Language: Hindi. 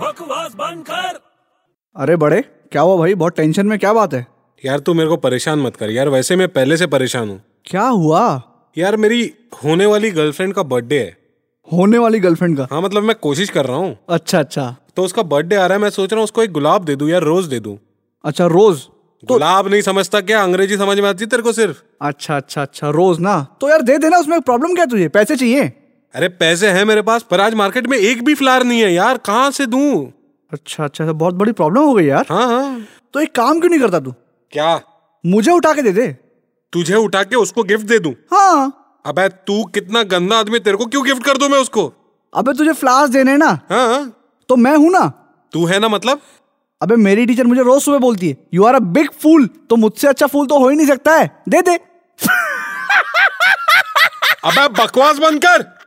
बकवास बंद कर अरे बड़े क्या हुआ भाई बहुत टेंशन में क्या बात है यार तू मेरे को परेशान मत कर यार वैसे मैं पहले से परेशान हूँ क्या हुआ यार मेरी होने वाली गर्लफ्रेंड का बर्थडे है होने वाली गर्लफ्रेंड का हाँ मतलब मैं कोशिश कर रहा हूँ अच्छा अच्छा तो उसका बर्थडे आ रहा है मैं सोच रहा हूँ उसको एक गुलाब दे दूँ यार रोज दे दूँ अच्छा रोज गुलाब नहीं समझता क्या अंग्रेजी समझ में आती है तेरे को सिर्फ अच्छा अच्छा अच्छा रोज ना तो यार दे देना उसमें प्रॉब्लम क्या है तुझे पैसे चाहिए अरे पैसे हैं मेरे पास पर आज मार्केट में एक भी फ्लावर नहीं है यार कहाँ से दूं अच्छा अच्छा तो बहुत बड़ी प्रॉब्लम हो गई यार हाँ हाँ तो एक काम क्यों नहीं करता तू क्या मुझे उठा के दे दे तुझे उठा के उसको गिफ्ट दे दूं हाँ अबे तू कितना गंदा आदमी तेरे को क्यों गिफ्ट कर दूं मैं उसको अबे तुझे फ्लावर्स देने हैं ना हाँ हाँ तो मैं हूं ना तू है ना मतलब अबे मेरी टीचर मुझे रोज सुबह बोलती है you are a big fool तो मुझसे अच्छा फूल तो हो ही नहीं सकता है दे दे अबे बकवास बंद कर